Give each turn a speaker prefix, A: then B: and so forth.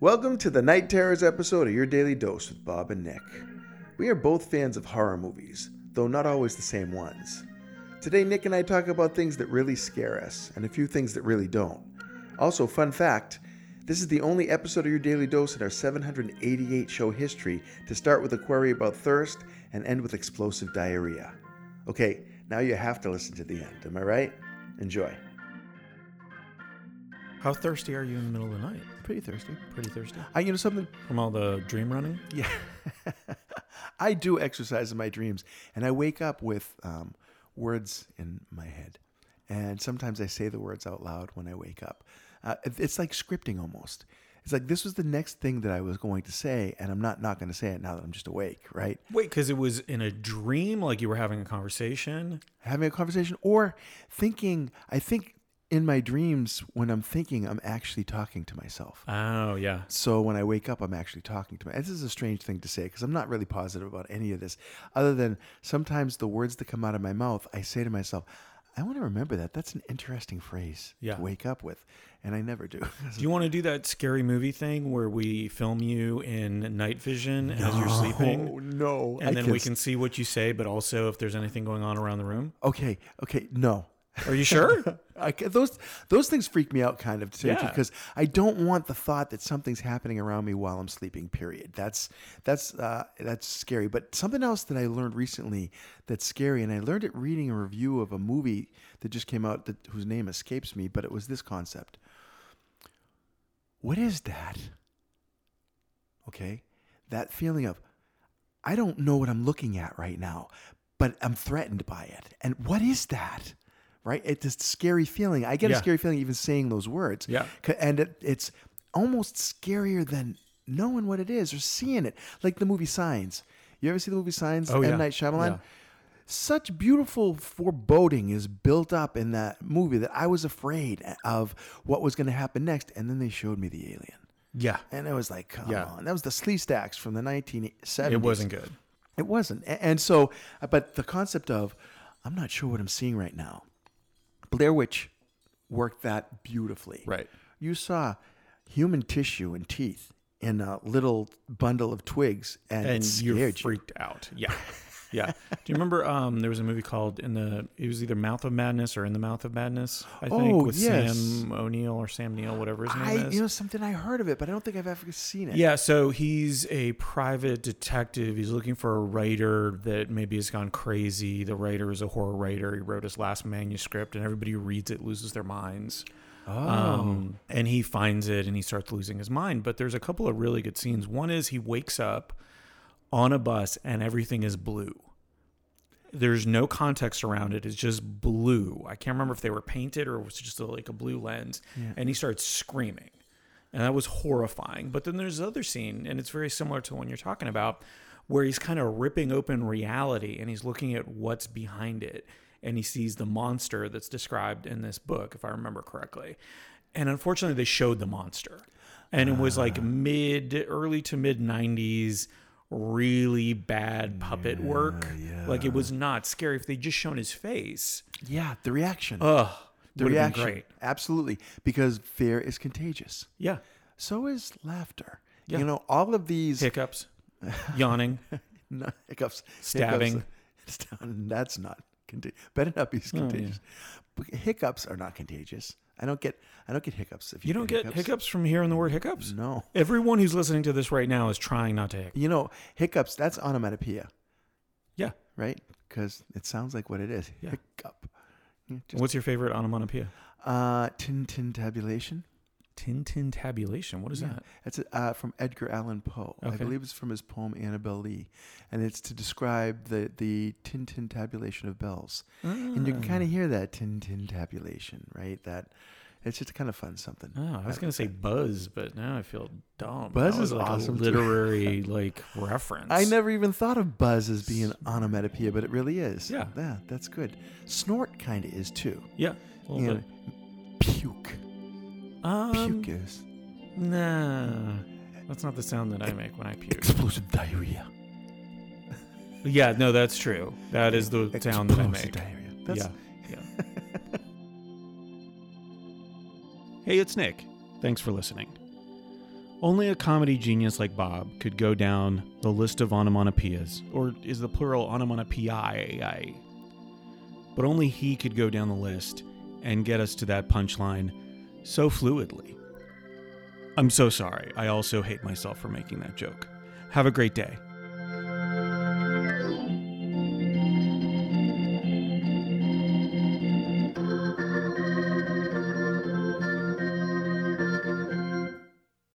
A: Welcome to the Night Terrors episode of Your Daily Dose with Bob and Nick. We are both fans of horror movies, though not always the same ones. Today, Nick and I talk about things that really scare us and a few things that really don't. Also, fun fact this is the only episode of Your Daily Dose in our 788 show history to start with a query about thirst and end with explosive diarrhea. Okay, now you have to listen to the end, am I right? Enjoy.
B: How thirsty are you in the middle of the night?
A: Pretty thirsty.
B: Pretty thirsty.
A: I, you know, something
B: From all the dream running?
A: Yeah. I do exercise in my dreams, and I wake up with um, words in my head. And sometimes I say the words out loud when I wake up. Uh, it- it's like scripting almost. It's like this was the next thing that I was going to say, and I'm not not going to say it now that I'm just awake, right?
B: Wait, because it was in a dream, like you were having a conversation?
A: Having a conversation or thinking. I think in my dreams when I'm thinking, I'm actually talking to myself.
B: Oh, yeah.
A: So when I wake up, I'm actually talking to my. This is a strange thing to say because I'm not really positive about any of this, other than sometimes the words that come out of my mouth, I say to myself, "I want to remember that. That's an interesting phrase
B: Yeah.
A: to wake up with," and I never do.
B: Do you want to do that scary movie thing where we film you in night vision as you're
A: Oh
B: sleeping?
A: no!
B: And
A: I
B: then we
A: s-
B: can see what you say, but also if there's anything going on around the room.
A: Okay, okay, no.
B: Are you sure?
A: I, ca- those those things freak me out kind of too
B: Yeah.
A: because I don't want the thought that something's happening around me while I'm sleeping. Period. That's that's uh, that's scary. But something else that I learned recently that's scary, and I learned it reading a review of a movie that just came out that whose name escapes me, but it was this concept. What is that? Okay, that feeling of I don't know what I'm looking at right now, but I'm threatened by it. And what is that? Right? It's this scary feeling. I get a
B: Yeah.
A: scary feeling even saying those words.
B: Yeah.
A: C- And it, it's almost scarier than knowing what it is or seeing it. Like the movie Signs. You ever see the movie Signs?
B: Oh,
A: M.
B: yeah.
A: Night Shyamalan?
B: Yeah.
A: Such beautiful foreboding is built up in that movie that I was afraid of what was going to happen next. And then they showed me the alien.
B: Yeah.
A: And I was like, come
B: Yeah.
A: on. That was the Slee Stacks from the 1970s.
B: It wasn't good.
A: It wasn't. A- And so, uh, but the concept of, I'm not sure what I'm seeing right now. Blair Witch worked that beautifully.
B: Right.
A: You saw human tissue and teeth in a little bundle of twigs and, it
B: and you're
A: scared you.
B: freaked out. Yeah. Yeah. Do you remember um, there was a movie called in the it was either Mouth of Madness or In the Mouth of Madness, I think,
A: Oh,
B: with
A: yes.
B: Sam O'Neill or Sam Neill, whatever his name
A: I,
B: is.
A: you know, something I heard of it, but I don't think I've ever seen it.
B: Yeah, so he's a private detective. He's looking for a writer that maybe has gone crazy. The writer is a horror writer. He wrote his last manuscript, and everybody who reads it loses their minds. Oh. Um, and he finds it and he starts losing his mind. But there's a couple of really good scenes. One is he wakes up on a bus and everything is blue. There's no context around it. It's just blue. I can't remember if they were painted or it was just a, like a blue lens. And he starts screaming. And that was horrifying. But then there's another scene, and it's very similar to the one you're talking about, where he's kind of ripping open reality and he's looking at what's behind it. And he sees the monster that's described in this book, if I remember correctly. And unfortunately, they showed the monster. And it was like mid, early to mid 90s, really bad puppet work. Like it was not scary. If they'd just shown his face,
A: Yeah, the reaction.
B: ugh,
A: the
B: Oh, would've been
A: reaction.
B: great.
A: Absolutely. Because fear is contagious.
B: Yeah.
A: So is laughter.
B: Yeah.
A: You know, all of these
B: Hiccups, yawning.
A: No, hiccups.
B: Stabbing. Oh,
A: Hiccups. That's not contagious. Better not be contagious. But Hiccups are not contagious. I don't get. I don't get hiccups. Mm. If you,
B: You don't get hiccups from hearing the word hiccups?
A: No.
B: Everyone who's listening to this right now is trying not to hiccup.
A: You know, hiccups. That's onomatopoeia,
B: Yeah.
A: right? Because it sounds like what it is.
B: Yeah.
A: Hiccup. Yeah, Just,
B: What's your favorite onomatopoeia?
A: uh, tin tin tabulation.
B: Tin tin tabulation. What is that?
A: That's uh, from Edgar Allan Poe. I
B: Okay.
A: believe it's from his poem Annabel Lee, and it's to describe the the tin tin tabulation of bells. And you can
B: Mm.
A: kind of hear that tin tin tabulation, right? That it's just kind of fun something.
B: Oh, I was gonna say buzz, but now I feel dumb.
A: Buzz
B: That was
A: is
B: like
A: awesome,
B: a
A: too.
B: literary like reference.
A: I never even thought of buzz as being onomatopoeia, but it really is.
B: Yeah.
A: yeah, that's good. Snort kind of is too.
B: Yeah. a
A: You
B: little
A: know, puke,
B: bit. Um,
A: puke is
B: Nah, that's not the sound that I make when I puke.
A: explosive diarrhea.
B: Yeah, no, that's true. That is the sound that I
A: Explosive
B: make.
A: diarrhea. That's,
B: yeah, yeah.
C: Hey, it's Nick.
B: Thanks for listening. Only a comedy genius like Bob could go down the list of onomatopoeias, or is the plural onomatopoeiae. But only he could go down the list and get us to that punchline so fluidly. I'm so sorry. I also hate myself for making that joke. Have a great day.